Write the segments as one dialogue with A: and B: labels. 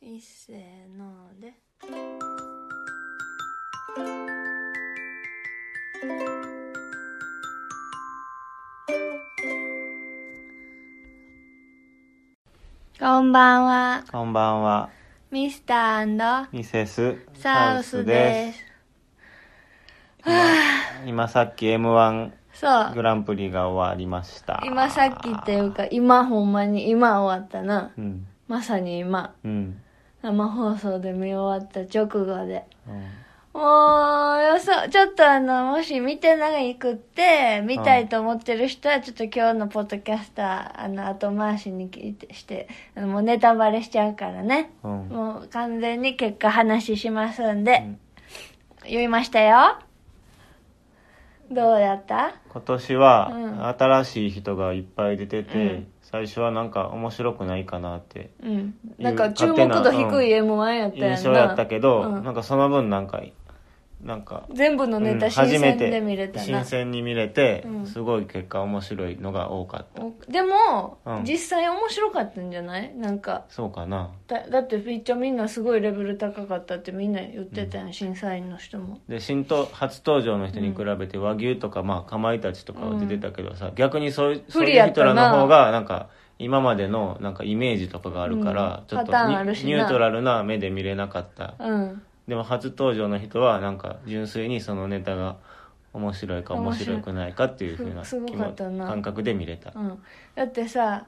A: いっせーのでこんばんは
B: こんばんは、
A: ミスター
B: ミセス。
A: サウスです
B: 今今さっき M1
A: すそう
B: グランプリが終わりました。
A: 今さっきっていうか今ほんまに今終わったな
B: うん、
A: まさに今
B: うん、
A: 生放送で見終わった直後で
B: うん。
A: もうよそちょっとあのもし見てないくって見たいと思ってる人はちょっと今日のポッドキャスターあの後回しに聞いてしてあのもうネタバレしちゃうからね
B: うん
A: もう完全に結果話しますんで、
B: うん
A: 言いましたよどうやった
B: 今年は
A: うん
B: 新しい人がいっぱい出てて、
A: うん
B: 最初はなんか面白くないかなって
A: うん
B: いう
A: なんか注目度低
B: 勝
A: い
B: 手
A: m 1やったやんな
B: 印象やったけど、
A: うん
B: なんかその分なんかなんか、
A: 全部のネ
B: う
A: タ
B: ん
A: 新
B: 初め
A: 鮮
B: て
A: で見れたな、
B: 新鮮に見れて、
A: うん
B: すごい結果面白いのが多かった
A: おでも、
B: うん
A: 実際面白かったんじゃないなんか
B: そうかな
A: だだってめっちゃみんなすごいレベル高かったってみんな言ってたやん、審査員の人も
B: で新と初登場の人に比べて和牛とか、まあ、かまいたちとかは出てたけどさ、逆にそういうそう
A: 不利
B: い
A: や
B: う
A: っ
B: 人
A: たな
B: らの方がなんか今までのなんかイメージとかがあるから、
A: うん
B: ちょっと
A: パターン
B: ニ
A: あるしな
B: ニュートラルな目で見れなかった
A: うん
B: でも初登場の人はなんか純粋にそのネタが面白いか面白くないかっていうふうな
A: すご
B: 気
A: か
B: も
A: ったな
B: 感覚で見れた
A: うんだってさ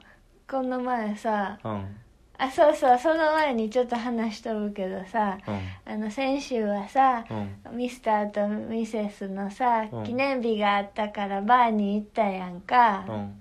A: この前さ
B: うんうん
A: あそうそうその前にちょっと話しとるけどさあの先週はさ、
B: うん
A: ミスターとミセスのさ、
B: うん
A: 記念日があったからバーに行ったやん
B: うんう
A: か、
B: ん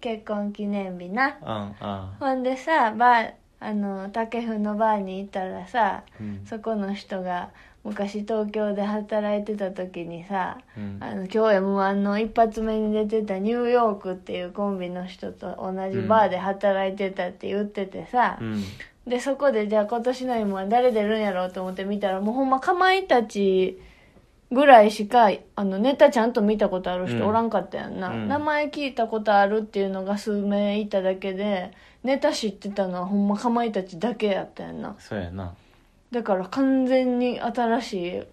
A: 結婚記念日な
B: あ
A: ほんでさバーあの武生のバーに行ったらさ
B: うん
A: そこの人が昔東京で働いてた時にさ、
B: うん
A: あの今日 m 1の一発目に出てたニューヨークっていうコンビの人と同じバーで働いてたって言っててさ、
B: うん
A: でそこでじゃあ今年の m 1誰出るんやろうと思って見たらもうほんまかまいたちぐらいしかあのネタちゃんと見たことある人おらんかったやんな、
B: うん
A: 名前聞いたことあるっていうのが数名いただけでネタ知ってたのはほんまかまいたちだけやったやんな
B: そうやな
A: だから完全に新しいっ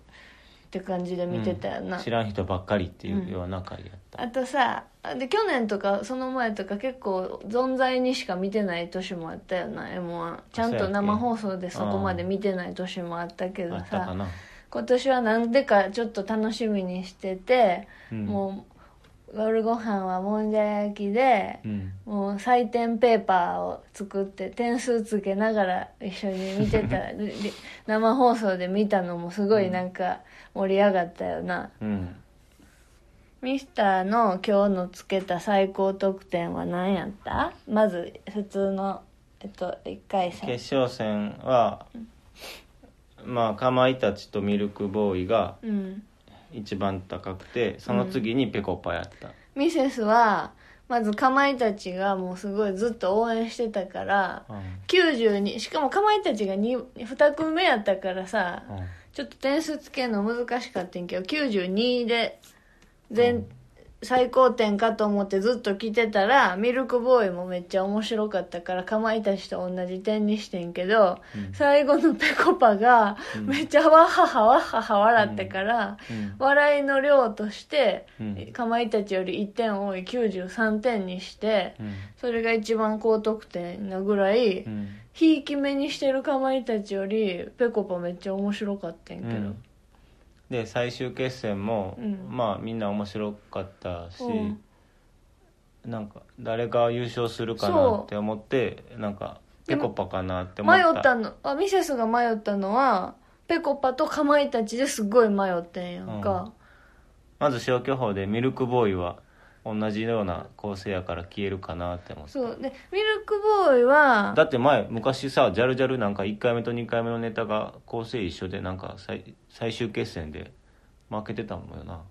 A: て感じで見てたよな、
B: うん知らん人ばっかりっていうような回やった、
A: あとさで去年とかその前とか結構存在にしか見てない年もあったよな m 1ちゃん
B: そうや
A: と
B: っけ
A: 生放送でそこまで見てない年もあったけど
B: あったか
A: さ
B: な
A: 今年はなんでかちょっと楽しみにしてて、
B: うん
A: もう夜ご飯はもんじゃ焼きで
B: う、ん
A: もう採点ペーパーを作って点数つけながら一緒に見てたらでで生放送で見たのもすごいなんか盛り上がったよな、
B: うん
A: ミスターの今日のつけた最高得点は何やったまず普通のえっと1回戦
B: 決勝戦は、まあかまいたちとミルクボーイが
A: うん
B: 一番高くてその次にぺこぱやった、
A: ミセスはまずかまいたちがもうすごいずっと応援してたから
B: うん
A: 92しかもかまいたちが 2, 2組目やったからさ、
B: うん
A: ちょっと点数つけるの難しかったんけど92で全、最高点かと思ってずっと来てたらミルクボーイもめっちゃ面白かったからかまいたちと同じ点にしてんけど、
B: うん
A: 最後のぺこぱが
B: うん
A: めっちゃわははわはは笑ってから、
B: うん
A: 笑いの量として
B: うん
A: かまいたちより1点多い93点にして
B: うん
A: それが一番高得点なぐらい。
B: うん
A: ひいき目にしてるかまいたちよりぺこぱめっちゃ面白かったんやけど
B: で最終決戦も、
A: うん
B: まあみんな面白かったし、
A: うん
B: なんか誰が優勝するかなって思ってなんか
A: で
B: ぺ
A: も
B: こぱかなって思っ
A: 迷
B: た
A: ったのあミセスが迷ったのはぺこぱとかまいたちですごい迷ってんやんか、
B: まず消去法でミルクボーイは同じような構成やから消えるかなって思って
A: そうでミルクボーイは
B: だって前昔さジャルジャルなんか1回目と2回目のネタが構成一緒でなんか最最終決戦で負けてたもんよな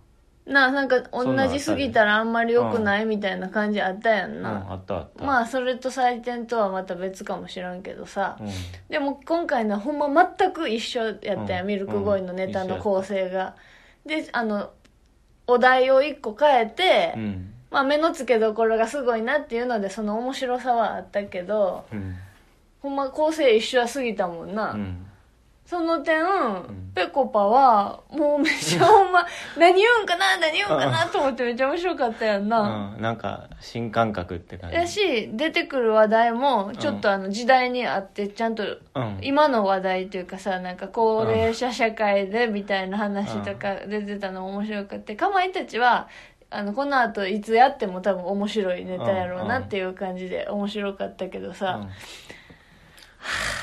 A: ななんか同
B: そんなんあっ
A: じ
B: たね
A: すぎたらあんまり良くないみたいな感じあったやん
B: うんあ
A: な、
B: ったあった
A: まあそれと採点とはまた別かもしらんけどさ、
B: うん
A: でも今回のはほんま全く一緒やったやん、
B: うん
A: ミルクボーイのネタの構成が、であのお題を1個変えて、
B: うん
A: まあ、目の付けどころがすごいなっていうのでその面白さはあったけど
B: うん
A: ほんま構成一緒は過ぎたもんな、
B: うん
A: その点、
B: ん
A: ぺこぱはもうめっちゃほんま何言うんかな何言うんかなと思ってめっちゃ面白かったやんな、
B: うん、なんか新感覚って感じ
A: やし出てくる話題もちょっとあの時代に合ってちゃんと
B: うん、
A: 今の話題というかさなんか高齢者社会でみたいな話とか出てたの面白くてかまいたちはあのこの後いつやっても多分面白いネタやろうなっていう感じで面白かったけど
B: うん
A: さ、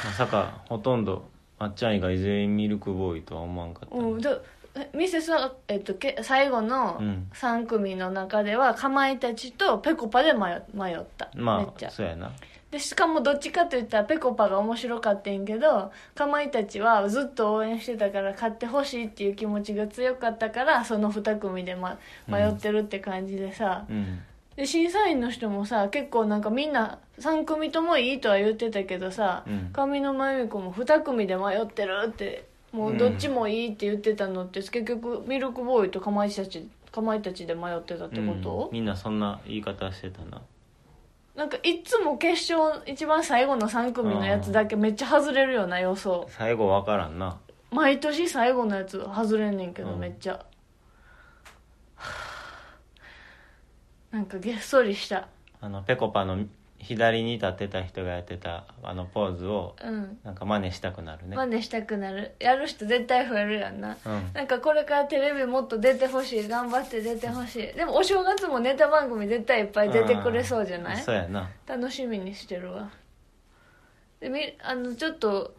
B: まさかほとんどまっちゃん以外全員ミルクボーイとは思わんかったね、
A: うんだえミセスは、えっと、け最後の
B: うん
A: 3組の中ではかまいたちとぺこぱで迷迷った、めっ
B: ま
A: ち
B: あ
A: ゃ
B: そうやな
A: でしかもどっちかといったらぺこぱが面白かったんやけどかまいたちはずっと応援してたから買ってほしいっていう気持ちが強かったからその2組で、ま、
B: うん
A: 迷ってるって感じでさ、
B: うん
A: で審査員の人もさ結構なんかみんな3組ともいいとは言ってたけどさ、
B: うん
A: 上沼恵美子も2組で迷ってるってもうどっちもいいって言ってたのって、結局ミルクボーイとかまいたちかまいたちで迷ってたってこと、
B: うんみんなそんな言い方してたな
A: なんかいつも決勝一番最後の3組のやつだけめっちゃ外れるような予想
B: 最後わからんな
A: 毎年最後のやつ外れんねんけど
B: うん
A: めっちゃ、は あなんかげっそりした
B: あのぺこぱの左に立ってた人がやってたあのポーズを
A: うん
B: なんか真似したくなるね、
A: 真似したくなるやる人絶対増えるやんな
B: うん
A: なんかこれからテレビもっと出てほしい頑張って出てほしいでもお正月もネタ番組絶対いっぱい出てくれそうじゃない
B: んそうやな
A: 楽しみにしてるわでみあのちょっと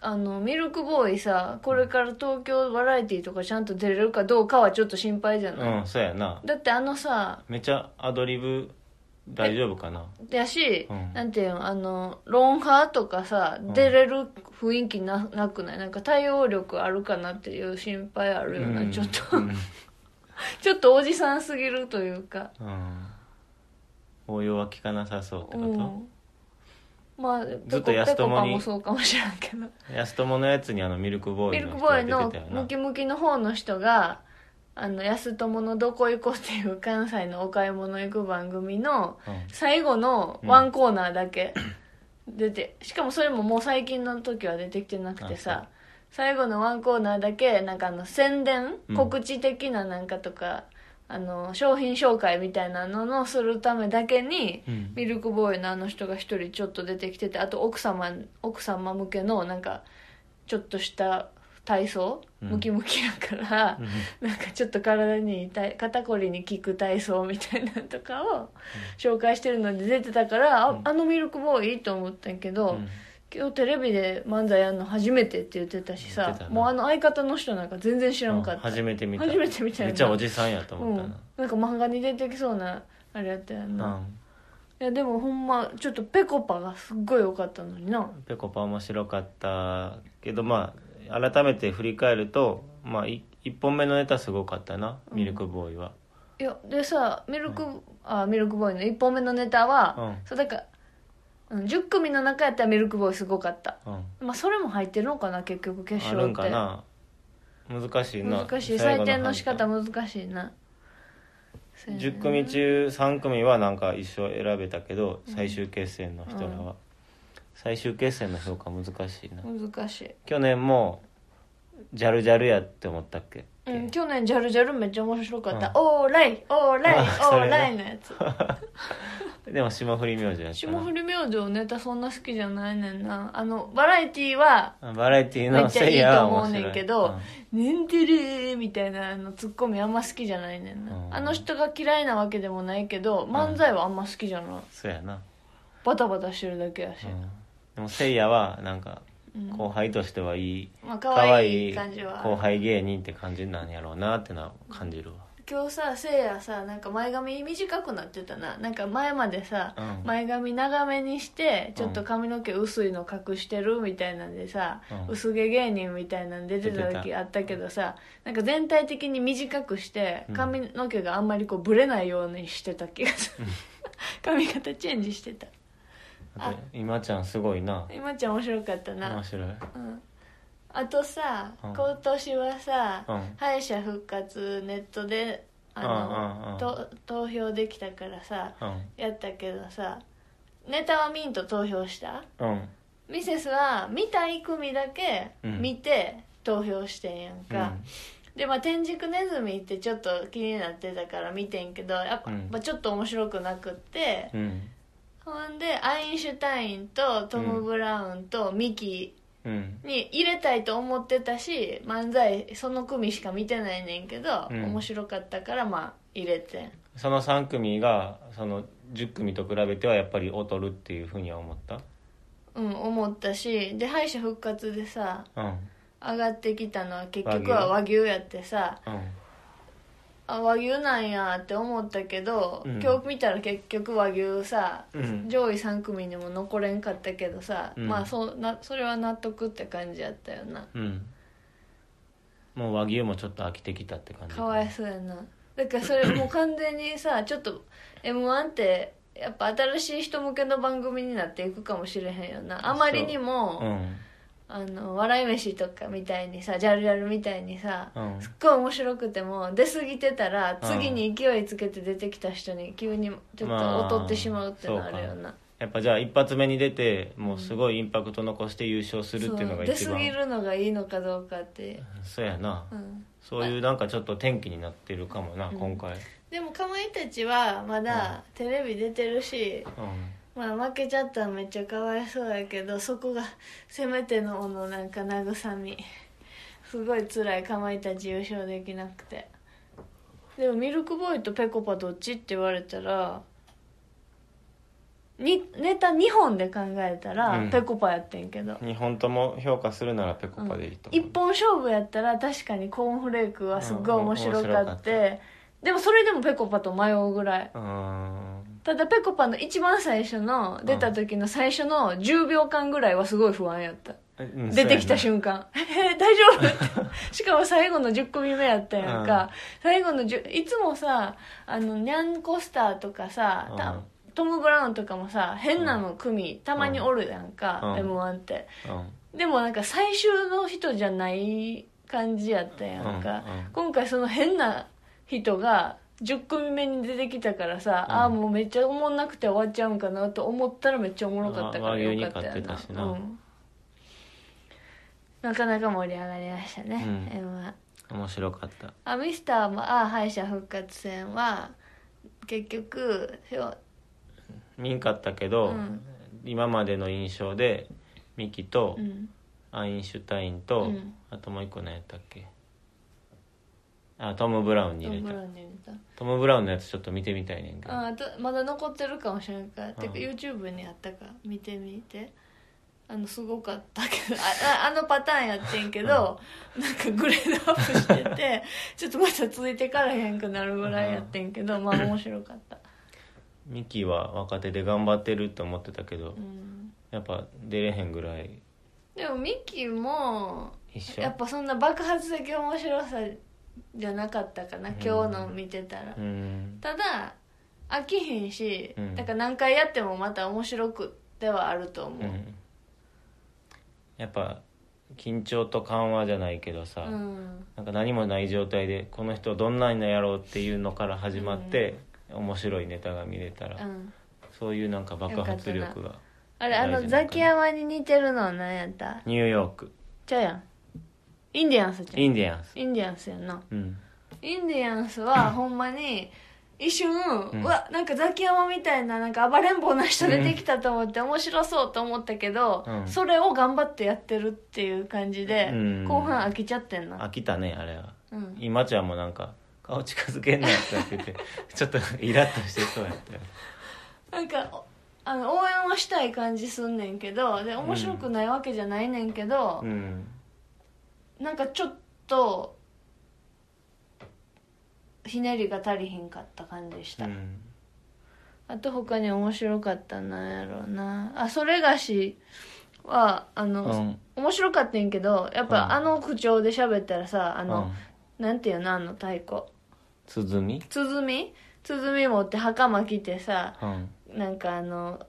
A: あのミルクボーイさこれから東京バラエティーとかちゃんと出れるかどうかはちょっと心配じゃない、
B: うんそうやな
A: だってあのさ
B: めっちゃアドリブ大丈夫かな
A: やし、
B: うん
A: なんていうのあのロンハーとかさ出れる雰囲気ななくないなんか対応力あるかなっていう心配あるよな、
B: うん
A: ちょっと、
B: うん
A: ちょっとおじさんすぎるというか
B: うん応用は効かなさそうってこ
A: う
B: と、
A: んまあ
B: ずっと安友
A: ペコ
B: に
A: ペコパもそうかもしれんけど
B: 安友のやつにあのミルクボー
A: ミ
B: イ
A: ルク
B: の人
A: ボー
B: が
A: イ
B: 出てたよ
A: の
B: な
A: ムキムキの方の人が「あの安友のどこ行こ」っていう関西のお買い物行く番組の最後のワンコーナーだけ出て、しかもそれももう最近の時は出てきてなくて
B: あそ
A: さ最後のワンコーナーだけなんかあの宣伝、
B: うん
A: 告知的ななんかとかあの商品紹介みたいなののするためだけに
B: うんうん
A: ミルクボーイのあの人が一人ちょっと出てきててあと奥様奥様向けのなんかちょっとした体操、
B: うん
A: ムキムキやから、なんかちょっと体に痛い肩こりに効く体操みたいなのとかを紹介してるので出てたから、
B: うん
A: ああのミルクボーイいいと思ったんやけど、
B: うん
A: 今日テレビで漫才やるの初めてって言ってたし
B: 言
A: さ
B: ってたな
A: もうあの相方の人なんか全然知らんかった、
B: 初めて見た
A: 初めて見たよな
B: めっちゃおじさんやと
A: う
B: 思った
A: ん
B: な、
A: なんか漫画に出てきそうなあれやったやんな、
B: うん
A: いやでもほんまちょっとぺこぱがすっごい良かったのにな
B: ぺこぱ面白かったけどまあ改めて振り返ると、まあ、い1本目のネタすごかったな
A: うん
B: ミルクボーイは、
A: いやでさミルク、あミルクボーイの1本目のネタは、
B: うん
A: そうだからうん10組の中やったらミルクボーイすごかった、
B: うん
A: まあ、それも入ってるのかな結局決
B: あ
A: 勝って
B: るんかな難しいな
A: 難しい
B: 最後
A: 採点の仕方
B: 判
A: 難しいな
B: 断10組中3組はなんか一緒選べたけど、最終決戦の人らは、
A: う
B: 最終決戦の評価難しいな、
A: 難しい、
B: 去年もジャルジャルやって思ったっけ、
A: うん、去年ジャルジャルめっちゃ面白かった、
B: うん
A: オーライオーライオ
B: あそれ
A: ー
B: ね
A: ライのや つ
B: でも霜降り明星やった
A: 霜降
B: な
A: り明星ネタそんな好きじゃないねんなあのバラエティーは
B: バラエティー
A: めっ
B: の
A: ちゃいい
B: せや
A: と
B: は面
A: 思う
B: 白い
A: ねんけど
B: う
A: 「
B: ん
A: ねんてれ」みたいなあのツッコミあんま好きじゃないねんな、
B: うん
A: あの人が嫌いなわけでもないけど漫才はあんま好きじゃない、
B: そうやな、
A: バタバタしてるだけやし、
B: うんでもせいやはなんか
A: うん
B: 後輩としてはいい、
A: まあ
B: 可
A: 可
B: 愛
A: 愛い感じは
B: 後輩芸人って感じなんやろうなってのは感じるわ
A: 今日させいやさなんか前髪短くなってたななんか前までさ、
B: うん
A: 前髪長めにしてちょっと髪の毛薄いの隠してるみたいなんでさ、
B: うん
A: 薄毛芸人みたいなんで出てた
B: 出て
A: 時
B: た
A: あったけどさなんか全体的に短くして髪の毛があんまりこうブレないようにしてた気がする、髪型チェンジしてた
B: だって今ちゃんすごいな
A: 今ちゃん面白かったな
B: 面白い
A: うんあとさ、
B: うん
A: 今年はさ、
B: うん
A: 敗者復活ネットであの、
B: うんうんうん
A: と投票できたからさ
B: うん
A: やったけどさネタはミント投票した
B: うん
A: ミセスは見たい組だけ
B: うん
A: 見て投票してんやん
B: うん
A: か、でまあ天竺ネズミってちょっと気になってたから見てんけどやっぱ、
B: うん
A: まあ、ちょっと面白くなくって、
B: うん
A: ほんでアインシュタインとトム・ブラウンとミキ
B: うん
A: に入れたいと思ってたし漫才その組しか見てないねんけど、
B: うん
A: 面白かったからまあ入れてん
B: その3組がその10組と比べてはやっぱり劣るっていうふうには思った
A: うん思ったしで敗者復活でさ
B: うん
A: 上がってきたのは結局は和牛やってさあ和牛なんやって思ったけど、
B: うん
A: 今日見たら結局和牛さ
B: うんうん
A: 上位3組にも残れんかったけどさ、
B: うん
A: まあそなそれは納得って感じやったよな
B: うんもう和牛もちょっと飽きてきたって感じ
A: かわいそうやなだからそれもう完全に さちょっと m 1ってやっぱ新しい人向けの番組になっていくかもしれへんよなあまりにも、
B: うん
A: あの笑い飯とかみたいにさジャルジャルみたいにさ、
B: うん
A: すっごい面白くても出過ぎてたら次に勢いつけて出てきた人に急にちょっと劣ってしまうってのあるよな、
B: やっぱじゃあ一発目に出てもうすごいインパクト残して優勝するっていうのが一
A: そう
B: 番
A: 出過ぎるのがいいのかどうかって、
B: そうやな
A: うん、
B: そういうなんかちょっと天気になってるかもな、今回、
A: でもかまいたちはまだテレビ出てるし、
B: う
A: まあ、負けちゃったらめっちゃかわいそうやけどそこがせめてののなんか慰みすごい辛いかまいたち優勝できなくてでもミルクボーイとぺこぱどっちって言われたらにネタ2本で考えた
B: う
A: ら
B: ん
A: ぺこぱやってんけど、
B: ん、2本とも評価するならペコパでいいと
A: 一
B: 思う、
A: 本勝負やったら確かにコーンフレークはすっごい面白
B: うんうん
A: か
B: 面白か
A: っ、
B: って
A: でもそれでもぺこぱと迷うぐらい
B: うん
A: ただぺこぱの一番最初の出た時の最初の10秒間ぐらいはすごい不安やった、
B: うん
A: 出てきた
B: そう
A: 瞬間「 えー大丈夫?」ってしかも最後の10組目やったやんか、最後の10いつもさあのニャンコスターとかさ、た
B: うん
A: トム・ブラウンとかもさ変なの組たまにおるやんか、
B: うん
A: m 1って
B: やなうん
A: でもなんか最終の人じゃない感じやったやんか、
B: うんうん
A: 今回その変な人が10組目に出てきたからさ、
B: うん
A: ああもうめっちゃおもんなくて終わっちゃうんかなと思ったらめっちゃおもろかったから
B: 和牛
A: よ
B: に
A: かったよ
B: 勝ってたしな
A: な、うん、なかなか盛り上がりましたね、
B: う
A: M は
B: 面白かった
A: あミスターもああ敗者復活戦は結局票
B: 見んかったけど、
A: うん
B: 今までの印象でミキと
A: うん
B: アインシュタインと、
A: うん
B: あともう一個何やったっけあトム・ブラウンに
A: ど
B: 入
A: ん
B: れ
A: ぐ
B: た
A: らいに入れた
B: トム・ブラウンのやつちょっと見てみたいねんけど
A: あとまだ残ってるかもしれんから、てか
B: うん
A: YouTube にあったから見てみてあのすごかったけ どあああのパターンやってんけど、なんかグレードアップして てちょっとまた続いてからへんくなるぐらいやってんけど、まあ面白かった、
B: ミキは若手で頑張ってると思ってたけど、
A: うん、
B: やっぱ出れへんぐらい
A: でもミキも
B: 一緒
A: やっぱそんな爆発的面白さじゃなかったかな、
B: うん
A: 今日の見てたら、
B: うん
A: ただ飽きへんし、
B: うん
A: だから何回やってもまた面白くではあると思う、
B: うんやっぱ緊張と緩和じゃないけどさ、
A: うん
B: なんか何もない状態でこの人どんなんやろうっていうのから始まって、面白いネタが見れたら、
A: うん
B: そういうなんか爆発力が
A: あれあ
B: 大
A: の
B: 事な
A: ザ
B: のかな
A: キヤマに似てるのは何やった
B: ニューヨーク
A: ちゃうやんインディアンスちゃう
B: インディアンス
A: インディアンスやんな
B: うん
A: インディアンスはほんまに一瞬、うんわなんかザキヤマみたいななんか暴れん坊な人出てきたと思って面白そうと思ったけど、
B: うん
A: それを頑張ってやってるっていう感じで、
B: うん
A: 後半飽きちゃってんな
B: 飽きたねあれは、
A: うん
B: 今ちゃんもなんか顔近づけんなってやっててちょっとイラッとしてそうやったよ
A: なんかおあの応援はしたい感じすんねんけどで面白くないわけじゃないねんけど、
B: うん
A: なんかちょっとひねりが足りひんかった感じした、
B: うん
A: あと他に面白かったなんやろうなあそれがしはあの、
B: うん
A: 面白かったんやけどやっ
B: うん
A: ぱあの口調で喋ったらさあ
B: あ
A: の、なんていうのあの太鼓
B: 鼓
A: 鼓鼓持って袴着てさ
B: うん
A: なんかあの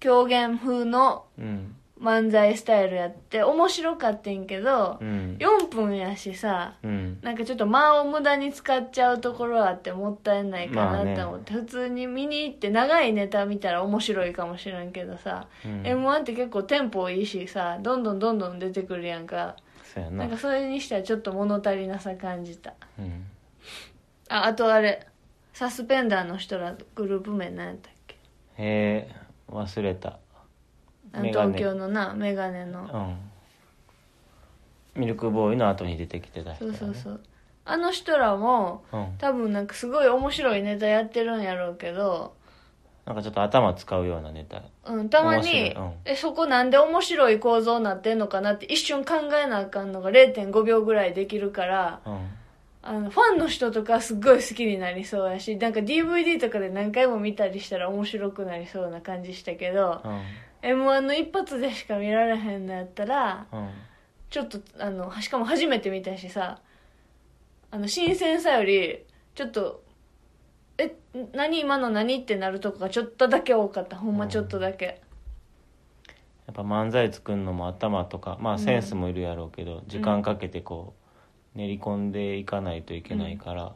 A: 狂言風の
B: うん
A: 漫才スタイルやって面白かってんけど、
B: うん
A: 4分やしさ
B: うん
A: なんかちょっと間を無駄に使っちゃうところはあってもったいないか
B: まあ
A: な
B: ね
A: と思って、普通に見に行って長いネタ見たら面白いかもしれんけどさ、
B: うん
A: m 1って結構テンポいいしさどんどんどんどん出てくるやんか
B: そうや
A: な
B: なん
A: かそれにしてはちょっと物足りなさ感じた
B: うん
A: ああとあれサスペンダーの人らグループ名何やったっけ
B: へえ忘れた
A: あの
B: メガネ
A: 東京のなメガネの
B: うんミルクボーイの後に出てきてた人
A: そ
B: や
A: う
B: ね
A: そうそうあの人らも
B: うん
A: 多分なんかすごい面白いネタやってるんやろうけど、
B: なんかちょっと頭使うようなネタ
A: うん、たまに、
B: 面白いうん
A: えそこなんで面白い構造になってんのかなって一瞬考えなあかんのが0.5秒ぐらいできるから
B: うん
A: あのファンの人とかすっごい好きになりそうやしなんか DVD とかで何回も見たりしたら面白くなりそうな感じしたけど
B: うん
A: m 1の一発でしか見られへんのやったら
B: うん
A: ちょっとあのしかも初めて見たしさあの新鮮さよりちょっと「え何今の何?」ってなるとこがちょっとだけ多かったほんまちょっとだけ、
B: やっぱ漫才作るのも頭とかまあセンスもいるやろうけど、時間かけてこう練り込んでいかないといけないから、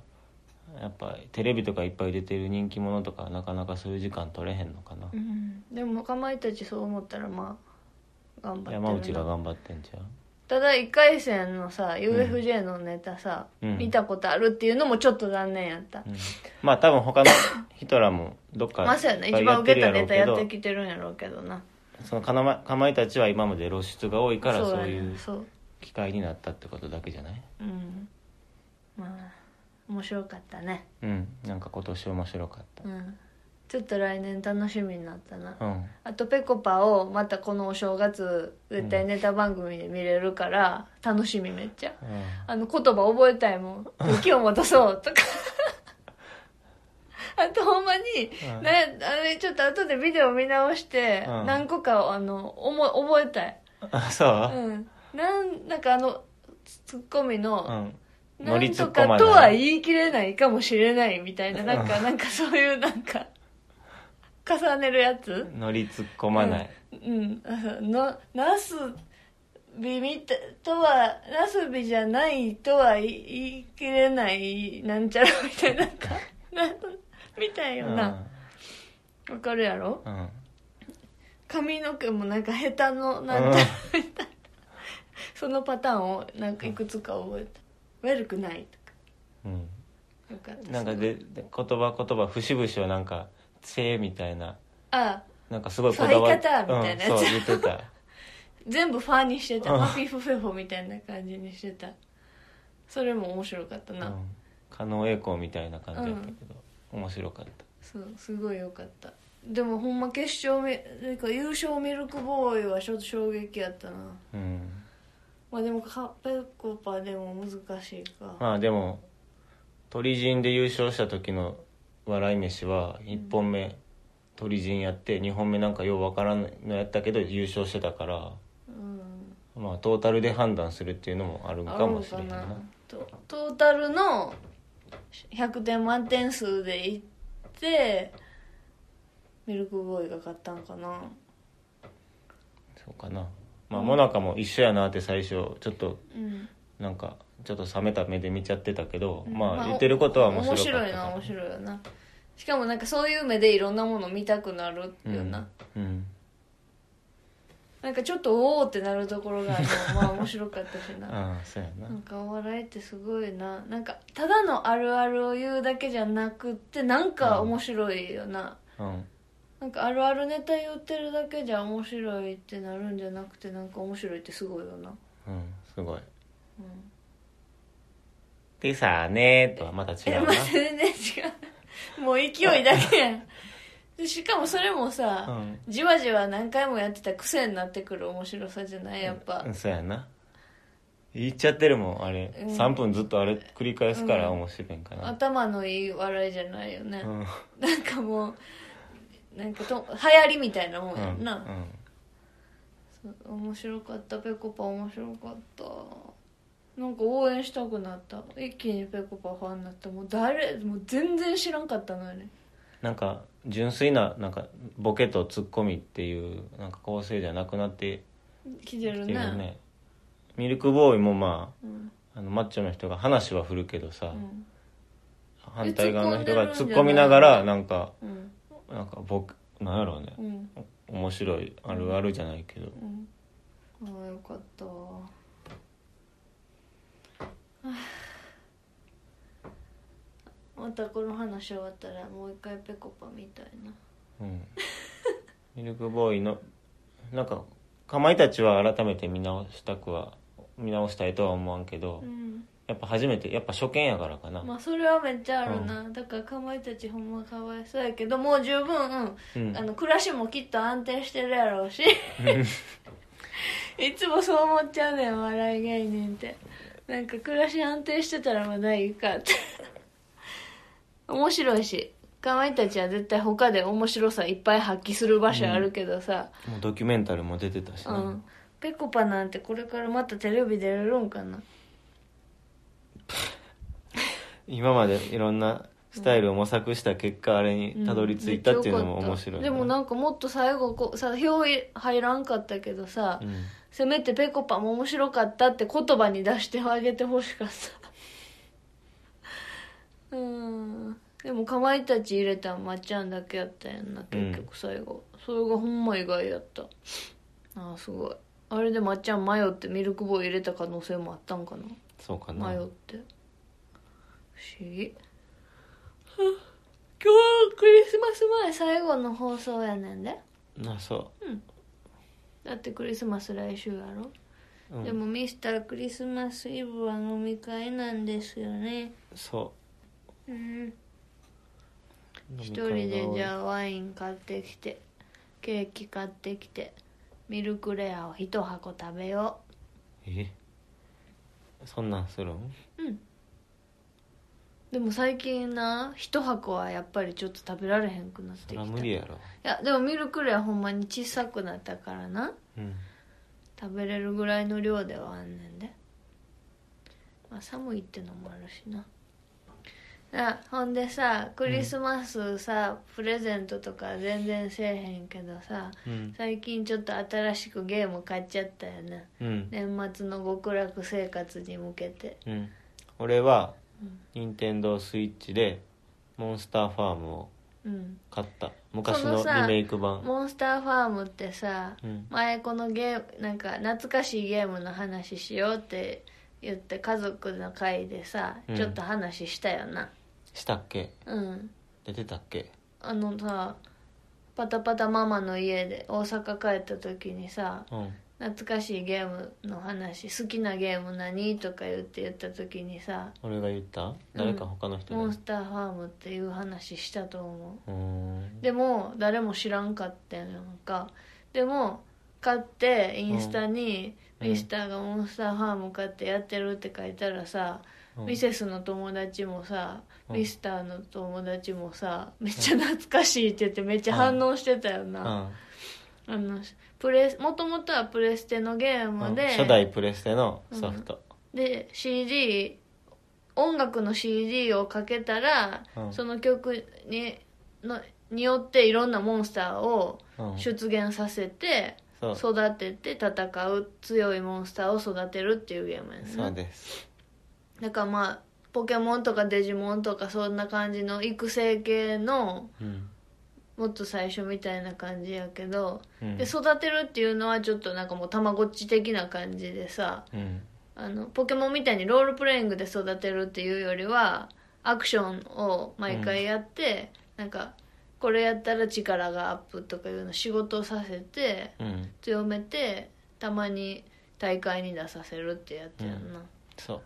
B: やっぱテレビとかいっぱい出てる人気者とかなかなかそういう時間取れへんのかな、
A: うんでもかまいたちそう思ったらまあ頑張ってるな
B: 山内が頑張ってんじゃん
A: ただ1回戦のさ UFJ のネタさ、
B: うん
A: 見たことあるっていうのもちょっと残念やった、
B: うんまあ多分他の 人らもどっか
A: まあそうやな一番受けたネタやってきてるんやろうけどな
B: そのかなまかまいたちは今まで露出が多いからそう
A: や
B: い
A: な
B: う
A: そう
B: 機会になったってことだけじゃない
A: うんまあ面白かったね
B: うんなんか今年面白かっ
A: うんちょっと来年楽しみになったな、
B: たうん
A: あとぺこぱをまたこのお正月絶対ネタ番組で見れるから楽しみめっちゃ
B: うん
A: あの言葉覚えたいもん「雪を戻そう」 とかあとほんまに、
B: うん
A: なあれちょっと後でビデオ見直して、
B: うん
A: 何個かあの思い覚えたい
B: あ そう、
A: うんなんなんかあのツッコミ
B: う
A: の、
B: ん、
A: な
B: 乗り
A: んと
B: 突っ込ま
A: か
B: ない
A: とは言い切れないかもしれないみたいななんか、
B: うん
A: なんかそういうなんか重ねるやつ
B: 乗り突っ込まない、
A: うんうんななすびみたとはなすびじゃないとは言い言い切れないなんちゃらみたいななんかなみたいよなわ、かるやろ
B: うんうん
A: 髪の毛もなんか下手のなんちゃらみたい なそのパターンをなんかいくつか覚えた悪くないと
B: うん
A: かよかった
B: なんかでで言葉言葉節々をなんか「せえ」みたいな
A: あ
B: なんかすごいこだわって
A: ファイ方みたいなやつ
B: うん、そう言ってた
A: 全部ファーにしてた
B: うん
A: マフィフフェフォみたいな感じにしてたそれも面白かった な、
B: うん狩野英孝みたいな感じだったけど、面白かった
A: そうすごい良かったでもほんま決勝めなんか優勝ミルクボーイはちょっと衝撃やったな
B: うん
A: まあでもカペコパでも難しいか
B: まあでも鳥人で優勝した時の笑い飯は1本目、鳥人やって2本目なんかようわからないのやったけど優勝してたから
A: うん
B: まあトータルで判断するっていうのもあるん
A: あ
B: か
A: る
B: も
A: の
B: しれ
A: か
B: へんな
A: なとトータルの100点満点数でいってミルクボーイが勝ったんかな
B: そうかなまあもなかも一緒やなって最初ちょっと
A: うん
B: なんかちょっと冷めた目で見ちゃってたけど、
A: うん
B: まあ言ってることは面
A: 面
B: 白か
A: 白
B: っ
A: い
B: た
A: な面白いよなしかもなんかそういう目でいろんなもの見たくなるよな、
B: うん、うん
A: なんかちょっとおおってなるところがある のまあ面白かったしな
B: ああそうやな
A: なんかお笑いってすごいななんかただのあるあるを言うだけじゃなくってなんか面白いよな、
B: うん
A: なんかあるあるネタ言ってるだけじゃ面白いってなるんじゃなくてなんか面白いってすごいよな
B: うんすごい
A: うん
B: でさあねーとはまた違
A: え
B: う
A: まあ全然違うもう勢いだけやんでしかもそれも
B: な、
A: さ、
B: うん
A: じわじわ何回もやってたら癖になってくる面白さじゃないやっぱ、
B: うんそうやな言っちゃってるもんあれ、
A: うん
B: 3分ずっとあれ繰り返すから
A: うん
B: 面白いんかな、
A: 頭のいい笑いじゃないよね、
B: うん、
A: なんかもうなんかと流行りみたいなもんやんな、
B: うん
A: そう面白かったぺこぱ面白かったなんか応援したくなった一気にぺこぱファンになったもう誰もう全然知らんかったのに
B: なんか純粋ななんかボケとツッコミっていうなんか構成じゃなくなって
A: 来てる
B: っていう
A: ね
B: ねミルクボーイもま
A: うん
B: ああのマッチョの人が話は振るけどさ、
A: うん
B: 反対側の人が
A: 突っ込
B: 突っ込
A: んでるんじゃない
B: みながらなんか
A: うん
B: なんか僕なんやろうね
A: うん
B: 面白いあるあるじゃないけど
A: うんああよかった わはあまたこの話終わったらもう一回ぺこぱみたいな
B: うん、ミルクボーイのなんかかまいたちは改めて見直したくは見直したいとは思わんけど、
A: うん
B: やっぱ初めてやっぱ初見やからかな、
A: まあそれはめっちゃあるな、だからかまいたちほんまかわいそうやけどもう十分、うん
B: うん
A: あの暮らしもきっと安定してるや ろうしいつもそう思っちゃうねん笑い芸人ってなんか暮らし安定してたらまだいいかって面白いしかまいたちは絶対他で面白さいっぱい発揮する場所あるけどさ
B: もうドキュメンタルも出てたし
A: う
B: な、
A: ん、ぺこぱなんてこれからまたテレビ出れるんかな
B: 今までいろんなスタイルを模索した結果、あれにたどり着いたっていうのも面白い
A: でもなんかもっと最後こうさ表入らんかったけどさ、
B: うん
A: せめてぺこぱも面白かったって言葉に出してあげてほしか ったうんでもかまいたち入れたんまっちゃんだけやったやんな結局最後、それがほんま意外やったああすごいあれでまっちゃん迷ってミルクボーイ入れた可能性もあったんかな
B: そうかな
A: 迷って不思議はあ今日はクリスマス前最後の放送やねんで
B: なそ
A: だってクリスマス来週やろ
B: う、うん
A: でもミスタークリスマスイブは飲み会なんですよね
B: そ
A: うん
B: う
A: 一人でじゃあワイン買ってきてケーキ買ってきてミルクレアを一箱食べよ
B: えそんなんするん
A: ううんでも最近な一箱はやっぱりちょっと食べられへんくなって
B: そ
A: き
B: りゃ
A: た
B: 無理やろ
A: いやでもミルクレアほんまに小さくなったからな
B: うん
A: 食べれるぐらいの量ではあんねんで、まあ、寒いってのもあるしなあほんでさクリスマスさ、プレゼントとか全然せえへんけどさ
B: うん
A: 最近ちょっと新しくゲーム買っちゃったよね
B: うん、
A: 年末の極楽生活に向けて
B: うん、俺は
A: うん
B: 任天堂スイッチでモンスターファームを
A: うん
B: 買った昔
A: そ
B: の
A: のさ
B: リメイク版
A: モンスターファームってさ、
B: うん
A: 前このゲームなんか懐かしいゲームの話しようって言って家族の会でさ、
B: うん
A: ちょっと話したよな
B: したっけ
A: うん
B: 出てたっけ
A: あのさパタパタママの家で大阪帰った時にさ
B: うん
A: 懐かしいゲームの話好きなゲーム何とか言って言った時にさ
B: 俺が言った誰か他の人で
A: モンスターファームっていう話したと思う
B: うーん
A: でも誰も知らんかったやんかでも買ってインスタに、
B: うん
A: ミスターがモンスターファーム買ってやってるって書いたらさ、
B: うん
A: ミセスの友達もさ、
B: うん
A: ミスターの友達もさめっちゃ懐かしいって言ってめっちゃ反応してたよ
B: う
A: な、
B: ん
A: あのプレもともとはプレステのゲームで、
B: 初代プレステのソフト
A: で CD 音楽の CD をかけたら、
B: うん
A: その曲にのによっていろんなモンスターを
B: うん
A: 出現させて
B: そうそ
A: 育てて戦う強いモンスターを育てるっていうゲームやねんな
B: うです
A: だからまあポケモンとかデジモンとかそんな感じの育成系の
B: うん
A: もっと最初みたいな感じやけど、
B: うん
A: で育てるっていうのはちょっとなんかもうたまごっち的な感じでさ
B: うん
A: あのポケモンみたいにロールプレイングで育てるっていうよりはアクションを毎回やって、なんかこれやったら力がアップとかいうの仕事をさせて
B: うん
A: 強めてたまに大会に出させるってやつやんな、
B: そ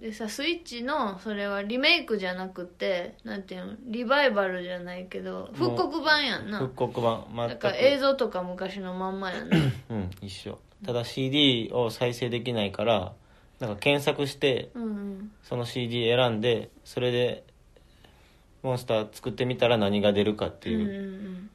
B: う
A: でさスイッチのそれはリメイクじゃなくてなんていうのリバイバルじゃないけど復刻版やん
B: 復
A: な
B: 刻版
A: だ
B: 全
A: か
B: く
A: ら映像とか昔のまんまや んな
B: うん一緒ただ CD を再生できないからなんか検索して
A: うんうん
B: その CD 選んでそれでモンスター作ってみたら何が出るかって
A: うんうんう
B: いうん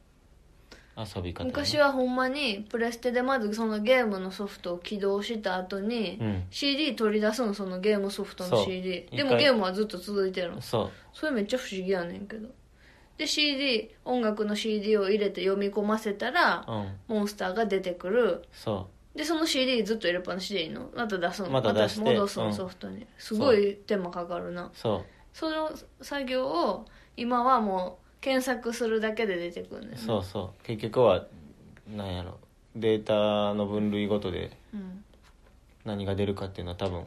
B: 遊び方、
A: 昔はほんまにプレステでまずそのゲームのソフトを起動した後に、
B: うん
A: CD 取り出すのそのゲームソフト
B: そ
A: の
B: う
A: CD
B: 一回
A: でもゲームはずっと続いてるの
B: そ
A: それめっちゃ不思議やねんけどで CD 音楽の CD を入れて読み込ませたら
B: ううん
A: モンスターが出てくる
B: そ
A: でその CD ずっと入れっぱなしでいいのまた出すの
B: また出して
A: 戻すの、
B: うん
A: ソフトにすごい手間かかるな
B: そ
A: その作業を今はもう検索するだけで出てくるん
B: う
A: です
B: そうそう結局はなんやろデータの分類ごとで
A: うん
B: 何が出るかっていうのは多分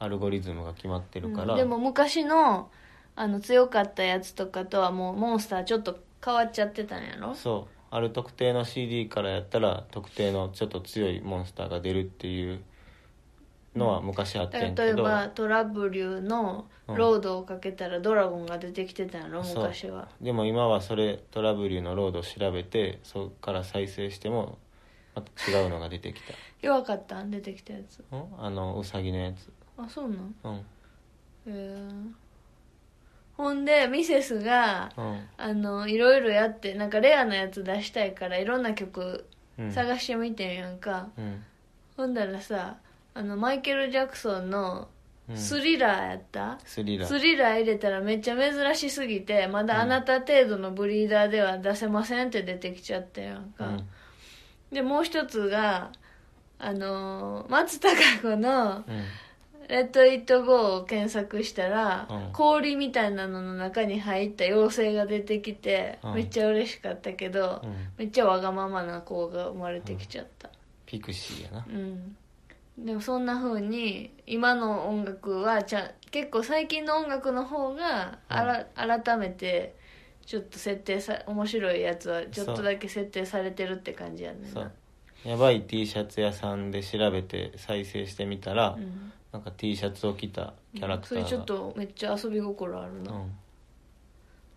B: アルゴリズムが決まってるから、
A: うんでも昔のあの強かったやつとかとはもうモンスターちょっと変わっちゃってたんやろ
B: そうある特定の CD からやったら特定のちょっと強いモンスターが出るっていうのは昔あったんや
A: 例
B: け
A: え
B: ど、
A: ばトラブリューのロードをかけたらドラゴンが出てきてたんやろ
B: そう
A: 昔は
B: でも今はそれトラブルのロードを調べてそこから再生してもまた違うのが出てき
A: 弱かったん出てきたやつ
B: たんあのウサギのやつ
A: あそうなん
B: うん
A: へえほんでミセスが
B: うん
A: あのいろいろやってなんかレアなやつ出したいからいろんな曲
B: うん
A: 探してみてんやんか、
B: うん
A: ほんだらさあのマイケル・ジャクソンの
B: うん
A: スリラーやった、
B: スリラー
A: スリラー入れたらめっちゃ珍しすぎてまだあなた程度のブリーダーでは出せませんって出てきちゃったやんか、
B: うん
A: でもう一つがあのー松たか子の
B: うん
A: 「レッド・イット・ゴー」を検索したら、
B: うん
A: 氷みたいなのの中に入った妖精が出てきて、
B: うん
A: めっちゃ嬉しかったけど、
B: うん
A: めっちゃわがままな子が生まれてきちゃった
B: ピクシーやな
A: うん、でもそんな風に今の音楽はちゃん結構最近の音楽の方があら、改めてちょっと設定さ面白いやつはちょっとだけ設定されてるって感じやねん
B: そ
A: な
B: うやばい T シャツ屋さんで調べて再生してみたら、
A: ん
B: なんか T シャツを着たキャラクター
A: それ
B: が
A: ちょっとめっちゃ遊び心ある
B: う
A: な、
B: ん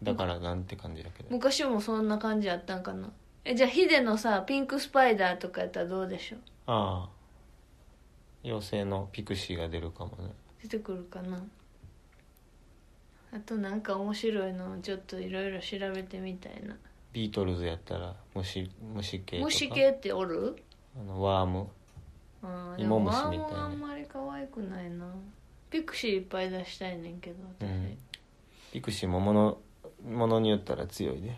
B: だからなんて感じだけど
A: 昔もそんな感じやったんかなえじゃあヒデのさピンクスパイダーとかやったらどうでしょう
B: ああ妖精のピクシーが出るかもね
A: 出てくるかなあとなんか面白いのをちょっといろいろ調べてみたいな
B: ビートルズやったら虫虫系とか
A: 虫系っておる
B: あのワーム
A: あーで
B: 芋
A: も
B: 虫
A: ワー
B: みたいな
A: ムはあんまり可愛くないなピクシーいっぱい出したいねんけど私、
B: うん
A: い
B: ピクシーもものものによったら強いね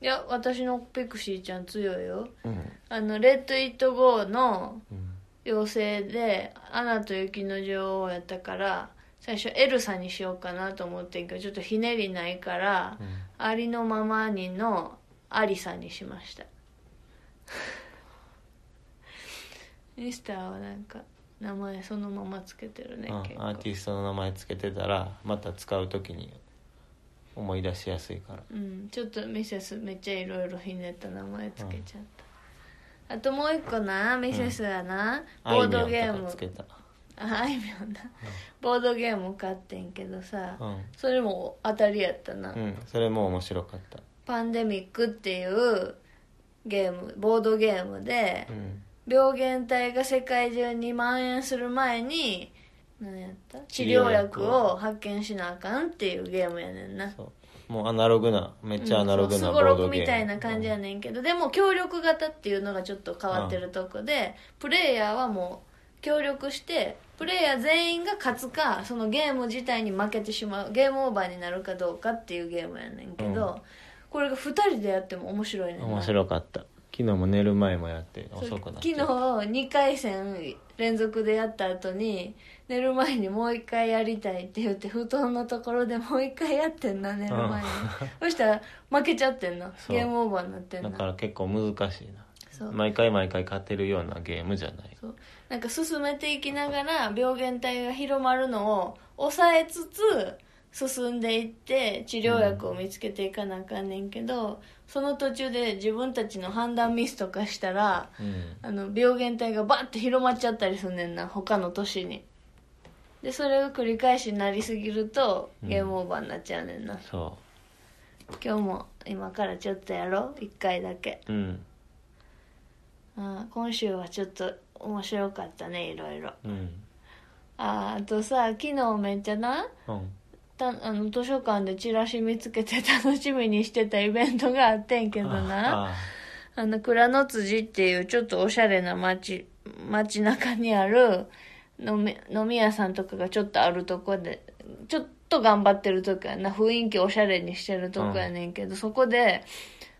A: や私のピクシーちゃん強いよ
B: うん
A: あの「レッド・イット・ゴー」の
B: うん
A: 妖精で「アナと雪の女王」やったから最初エルサにしようかなと思ってんけどちょっとひねりないから
B: うん
A: ありのままにのアリサにしましたミスターはなんか名前そのままつけてるね
B: うん
A: 結構
B: アーティストの名前つけてたらまた使う時に思い出しやすいから
A: うん、ちょっとミセスめっちゃいろいろひねった名前つけちゃった、あともう一個なミセスはな、
B: あ
A: ボ
B: い
A: ー
B: みょ
A: ド
B: ん
A: ゲー
B: と
A: ム
B: かつけた
A: ああいみょんな、ボードゲーム買ってんけどさ、
B: うん、
A: それも当たりやったな、
B: うん、それも面白かった
A: パンデミックっていうゲームボードゲームで、
B: うん
A: 病原体が世界中に蔓延する前に何やった治療薬を発見しなあかんっていうゲームやねんな
B: そうもうアナログなめっちゃアナログな
A: うん
B: ボ
A: そう
B: ー
A: すごろ
B: ドゲーム
A: くみたいな感じやねんけど、でも協力型っていうのがちょっと変わってるとこで、プレイヤーはもう協力してプレイヤー全員が勝つかそのゲーム自体に負けてしまうゲームオーバーになるかどうかっていうゲームやねんけど、
B: う
A: これが2人でやっても面白いねんな
B: 面白かった昨日も寝る前もやって
A: そう
B: 遅くなっ
A: 昨日
B: て
A: 2回戦連続でやった後に寝る前にもう一回やりたいって言って布団のところでもう一回やってんな寝る前に、
B: うん
A: そしたら負けちゃってんな
B: そう
A: ゲームオーバーになってん
B: だ
A: な
B: から結構難しいな
A: そう
B: 毎回毎回勝てるようなゲームじゃない
A: そうなんか進めていきながら病原体が広まるのを抑えつつ進んでいって治療薬を見つけていかなあかんねんけど、その途中で自分たちの判断ミスとかしたら
B: うん
A: あの病原体がバッて広まっちゃったりすんねんな他の都市にでそれが繰り返しなりすぎると
B: うん
A: ゲームオーバーになっちゃうねんな、
B: そ
A: 今日も今からちょっとやろう1回だけ、
B: ううん
A: うん、今週はちょっと面白かったねいろいろ
B: うん
A: あーあとさ昨日めっちゃな
B: うん
A: たあの図書館でチラシ見つけて楽しみにしてたイベントがあってんけど な
B: ああ
A: あの、蔵の辻っていうちょっとおしゃれな街、街中にある飲み飲み屋さんとかがちょっとあるとこで、ちょっと頑張ってるとこやな、雰囲気おしゃれにしてるとこやねんけど、そこで、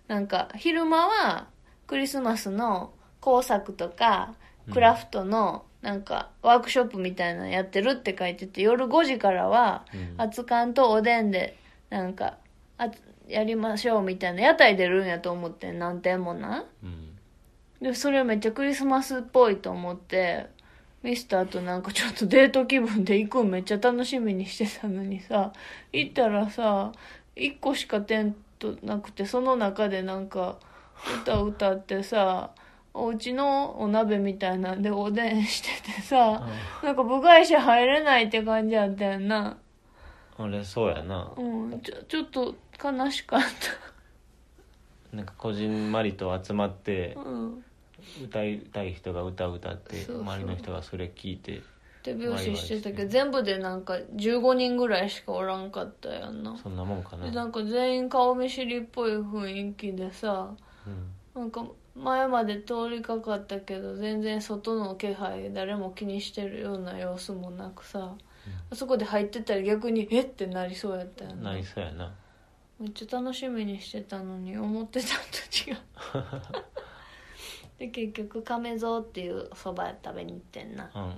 A: なんか昼間はクリスマスの工作とか、クラフトのなんかワークショップみたいなのやってるって書いてて夜5時からは
B: うん
A: 熱燗とおでんでなんかあやりましょうみたいな屋台出るんやと思ってん何点もな
B: うん
A: でそれめっちゃクリスマスっぽいと思ってミスターとなんかちょっとデート気分で行くんめっちゃ楽しみにしてたのにさ行ったらさ1個しかテントなくてその中でなんか歌歌ってさお家のお鍋みたいなんでおでんしててさなんか部外者入れないって感じやったよな
B: あれそうやな
A: うんちょちょっと悲しかっ
B: なんかこじんまりと集まって
A: たうん
B: 歌いたい人が歌を歌って
A: そうそう
B: 周りの人がそれ聞いて
A: 手拍子してたけど全部でなんか15人ぐらいしかおらんかったやんな
B: そんなもんかな
A: でなんか全員顔見知りっぽい雰囲気でさ
B: うん
A: なんか前まで通りかかったけど全然外の気配誰も気にしてるような様子もなくさ、あそこで入ってったら逆にえってなりそうやったよね
B: なりそうや な
A: めっちゃ楽しみにしてたのに思ってたんと違う で結局亀蔵っていうそば食べに行ってんな
B: うん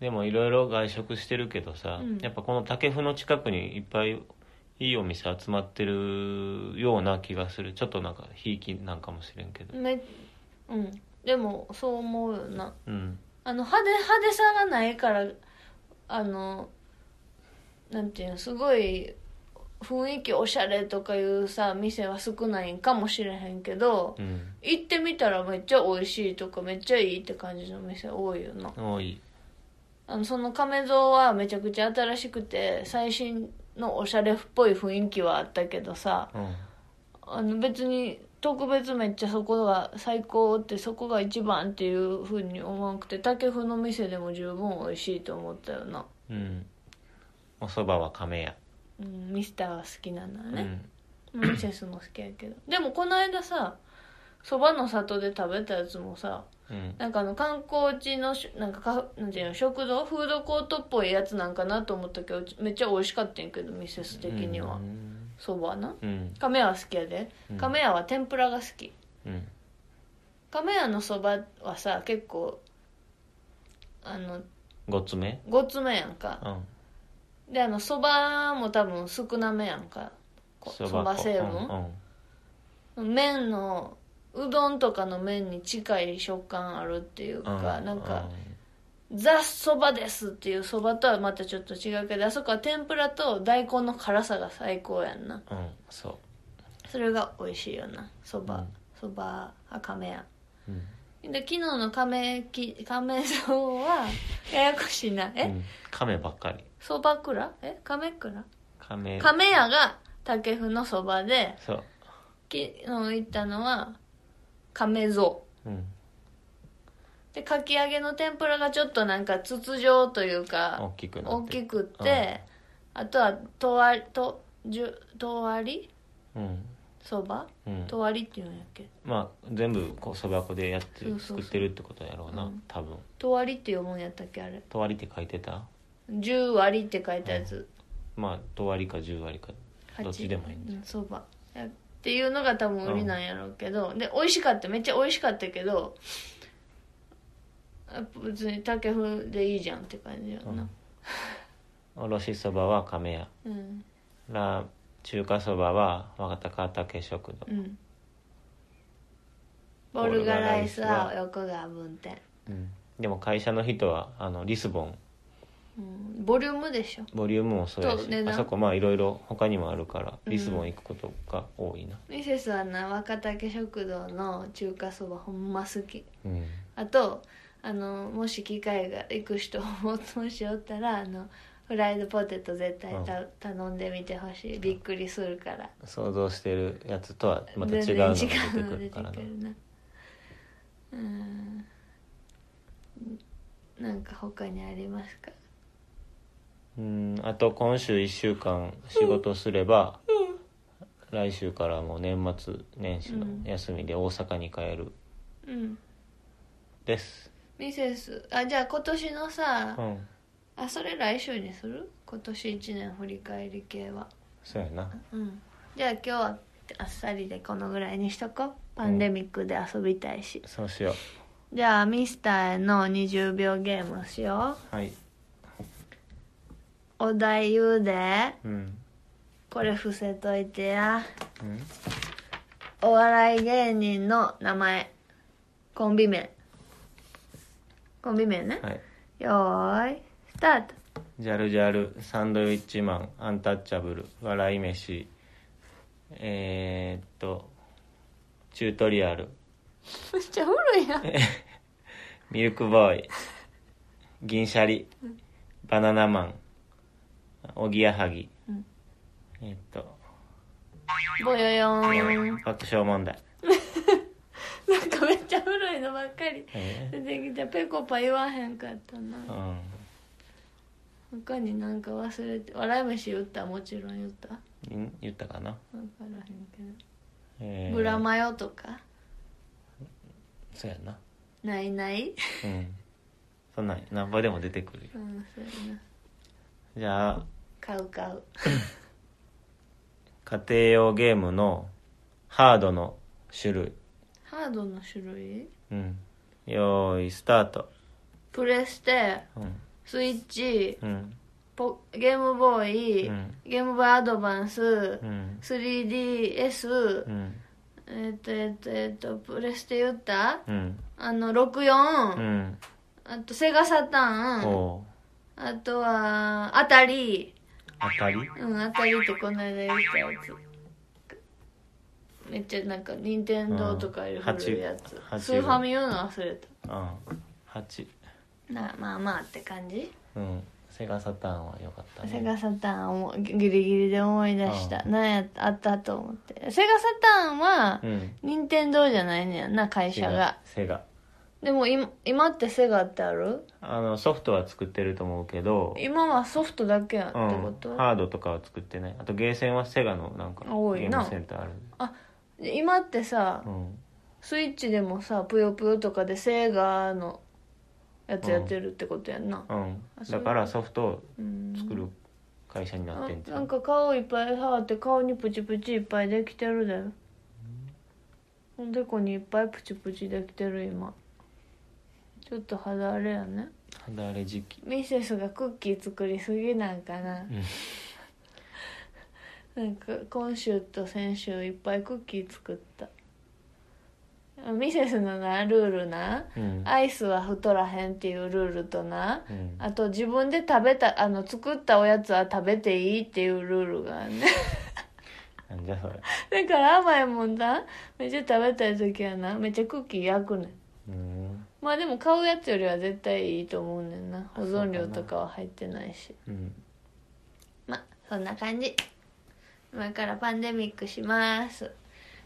B: でもいろいろ外食してるけどさ、
A: うん
B: やっぱこの竹譜の近くにいっぱいいいお店集まってるような気がするちょっとなんかひいきなんかもしれんけど
A: めうんでもそう思うよな
B: うん
A: あの派手派手さがないからあのなんていうのすごい雰囲気おしゃれとかいうさ店は少ないんかもしれへんけど
B: うん
A: 行ってみたらめっちゃ美味しいとかめっちゃいいって感じの店多いよな
B: 多い
A: あのその亀蔵はめちゃくちゃ新しくて最新のおしゃれっぽい雰囲気はあったけどさ
B: うん
A: あの別に特別めっちゃそこが最高ってそこが一番っていうふうに思わなくて竹風の店でも十分美味しいと思ったよな、
B: うんおそばは亀屋、
A: うん、ミスターが好きなんだ
B: う
A: ね、
B: ん
A: ミセスも好きやけどでもこの間さそばの里で食べたやつもさ
B: うん
A: なんかあの観光地のしなんかかなんていうの食堂フードコートっぽいやつなんかなと思ったけどめっちゃ美味しかったんやけどミセス的には
B: うん
A: そば、な
B: うん
A: 亀屋は好きやで
B: うん
A: 亀屋は天ぷらが好き
B: うん
A: 亀屋のそばはさ結構あの
B: ごつめ
A: ごつめやんか
B: うん
A: であのそばも多分少なめやんかこそば
B: 粉
A: 成
B: う
A: 分、
B: ん
A: 麺のうどんとかの麺に近い食感あるっていう
B: うん
A: か、
B: うん
A: なんか、
B: うん
A: ザ・そばですっていうそばとはまたちょっと違うけどあそこは天ぷらと大根の辛さが最高やんな
B: うんそ
A: それが美味しいよなそば、
B: うん
A: そばは亀屋
B: ううん
A: で昨日の亀き亀蔵はややこしいなえ、
B: うん亀ばっかり
A: そば蔵え亀蔵
B: 亀
A: 亀屋が竹譜のそばで
B: そう
A: 昨日行ったのは亀蔵
B: うん
A: でかき揚げの天ぷらがちょっとなんか筒状という
B: 大
A: か
B: きくな
A: 大
B: って
A: きくって、あとはとわりとじゅとわり
B: うん
A: そば
B: うん
A: とわりっていうんやっけ
B: まあ全部こうそば粉でやっ
A: そ
B: て
A: うそうそう
B: 作ってるってことやろう
A: う
B: なん多分
A: とわりって読むんやったっけあれ
B: 「とわり」って書いてた
A: 10割って書いたやつ
B: まあ「とわり」か「十割」かどっちでもいいんじゃん
A: そばっていうのが多分売りなんやろうけど、で美味しかっためっちゃ美味しかったけどやっぱ別に竹風でいいじゃんって感じやな
B: おろしそばは亀屋
A: うん
B: ラー中華そばは若隆景食堂
A: うんボルガライスは横川分店、
B: うんでも会社の人はあのリスボン
A: うん、ボリュームでしょ
B: ボリュームもそうや
A: そう値
B: し
A: 段
B: あそこまあいろいろ他にもあるから
A: うん
B: リスボン行くことが多いな
A: ミセスはな若竹食堂の中華そばほんま好き
B: うん
A: あとあのもし機会が行く人ももしおったらあのフライドポテト絶対た、頼んでみてほしいびっくりするから
B: 想像してるやつとはまた違
A: 全然
B: うのが
A: 違
B: 出て
A: う
B: く
A: の
B: るか
A: 出
B: らな
A: てくるなうんなんか他にありますか
B: うんあと今週1週間仕事すれば、来週からもう年末年始の休みで大阪に帰る
A: うん
B: です、
A: ミセスあじゃあ今年のさ、
B: うん
A: あそれ来週にする今年1年振り返り系は
B: そうやな
A: うんじゃあ今日はあっさりでこのぐらいにしとこうパンデミックで遊びたいし、
B: そうしよ
A: じゃあミスターへの20秒ゲームしよ
B: はい、
A: うお題言うで
B: うん
A: これ伏せといてや
B: うん、
A: お笑い芸人の名前コンビ名コンビ名ね、
B: はい
A: よーいスタート
B: ジャルジャルサンドウィッチマンアンタッチャブル笑い飯えー、っとチュートリアル
A: めっちゃ古いやん
B: ミルクボーイ銀シャリバナナマンおぎやはぎ、
A: うん
B: えーっと
A: ぼよよーん
B: 爆笑問題、
A: なんかめっちゃ古いのばっかり
B: え
A: 出てきたペコパ言わへんかったな
B: ーうん、
A: 他になんか忘れて笑い飯言ったもちろん言ったわ
B: 言言ったかな、
A: からへんけど、
B: えー
A: ブラマヨとか
B: そうやな
A: ないない
B: うんそんなん何ぼでも出てくるよ
A: うんそうやな
B: じゃあ
A: 買う買う
B: 家庭用ゲームのハードの種類
A: ハードの種類
B: うんよーいスタート
A: プレステ
B: うん
A: スイッチ
B: うん
A: ポゲームボーイ、
B: うん
A: ゲームボーイアドバンス、
B: うん
A: 3DS、
B: うん
A: えっとえっとえっとプレステ言った
B: うん
A: あの64、
B: うん
A: あとセガサターン
B: おう
A: あとはあたり
B: 当たり
A: うん、あたりってこの間言ったやつ。めっちゃなんか、任天堂とかいう古いやつ
B: うん八。
A: スーファミ言うの忘れた。
B: うん8
A: なまあまあって感じ。
B: うんセガサターンは良かったね
A: セガサターンを思いギリギリで思い出した。
B: う
A: なんやったあったと思って。セガサターンは
B: う、ん
A: 任天堂じゃないねやんな、会社が。
B: セガ
A: でも今、今ってセガってある
B: あのソフトは作ってると思うけど、
A: 今はソフトだけやんって
B: うん
A: こと、
B: ハードとかは作ってないあとゲーセンはセガのなんかゲ
A: 多いな
B: ームセンターある
A: で今ってさ、
B: うん
A: スイッチでもさ、ぷよぷよとかでセガのやつやってるってことやんな。
B: うん
A: あそう
B: だからソフトを
A: うん
B: 作る会社にな
A: あ
B: ってんじゃ
A: なん
B: ん
A: か顔いっぱい触って顔にプチプチいっぱいできてるだよおでこにいっぱいプチプチできてる今ちょっと肌あれやね
B: 肌荒れ時期
A: ミセスがクッキー作りすぎなんかななんか今週と先週いっぱいクッキー作ったあミセスのなルールな
B: うん
A: アイスは太らへんっていうルールとな
B: うん
A: あと自分で食べたあの作ったおやつは食べていいっていうルールがあるね
B: なんじゃそれ
A: だから甘いもんだめっちゃ食べたい時はなめっちゃクッキー焼くねん
B: うん
A: まあでも買うやつよりは絶対いいと思うねんな保存料とかは入ってないし
B: うん
A: まあそんな感じ今からパンデミックします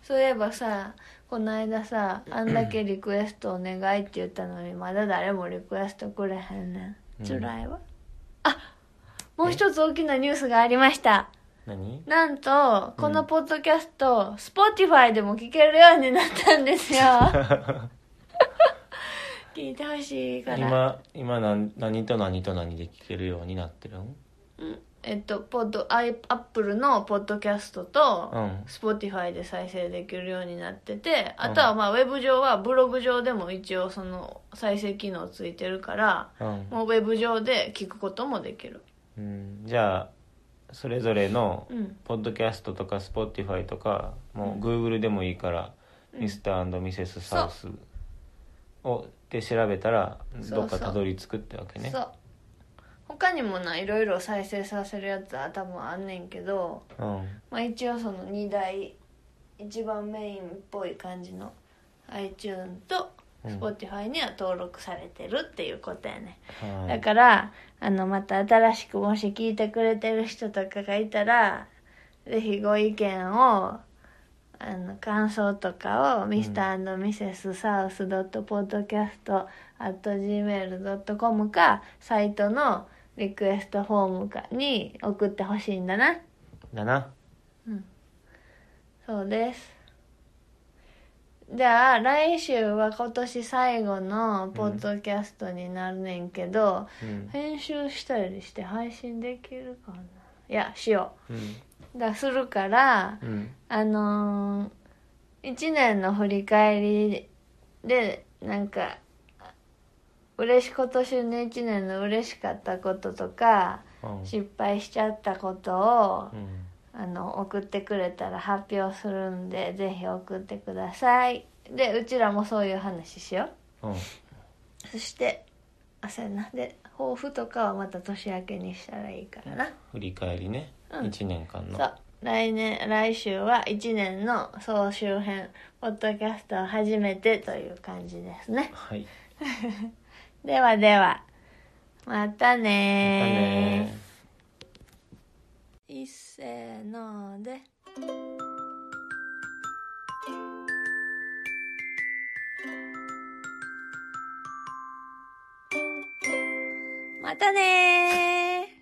A: そういえばさこの間さあんだけリクエストお願いって言ったのにまだ誰もリクエストくれへんね
B: うんん
A: つらいわ、あもう一つ大きなニュースがありました
B: 何
A: なんとこのポッドキャスト、Spotify でも聞けるようになったんです よ聞いてほしいから
B: 今今何何と何と何で聞けるようになってるん
A: えっとポッドアイアップルのポッドキャストと、
B: うん
A: Spotify で再生できるようになっててあとはまあウェブ上はブログ上でも一応その再生機能ついてるから
B: うん
A: もうウェブ上で聞くこともできる
B: うんじゃあそれぞれの
A: うん
B: ポッドキャストとか Spotify とかもう Google でもいいから、
A: うん
B: Mr.&Mrs. サウスをで調べたら
A: そう
B: どっかたどり着くってわけね
A: そう他にもないろいろ再生させるやつは多分あんねんけど、
B: うん
A: まあ、一応その2台一番メインっぽい感じの iTunes と
B: うん
A: Spotify には登録されてるっていうことやね、
B: は
A: だ
B: い
A: からあのまた新しくもし聞いてくれてる人とかがいたらぜひご意見をあの感想とかを Mr.&Mrs.South.podcast.gmail.com かサイトのリクエストフォームかに送ってほしいんだな
B: だな
A: そうですじゃあ来週は今年最後のポッドキャストになるねんけど、
B: うん、
A: 編集したりして配信できるかないやしよ
B: うん
A: うだするから
B: うん
A: あのー、1年の振り返りでなんか嬉し今年の1年の嬉しかったこととか
B: うん
A: 失敗しちゃったことを
B: うん
A: あの送ってくれたら発表するんでぜひ送ってくださいでうちらもそういう話しよう
B: うん
A: そして朝なんで抱負とかはまた年明けにしたらいいからな
B: 振り返りね、
A: うん
B: 一年間の
A: そう来年来週は1年の総集編ポッドキャストを初めてという感じですね
B: はい
A: ではではまた
B: また
A: ねー
B: ね
A: いっせーのでまたねー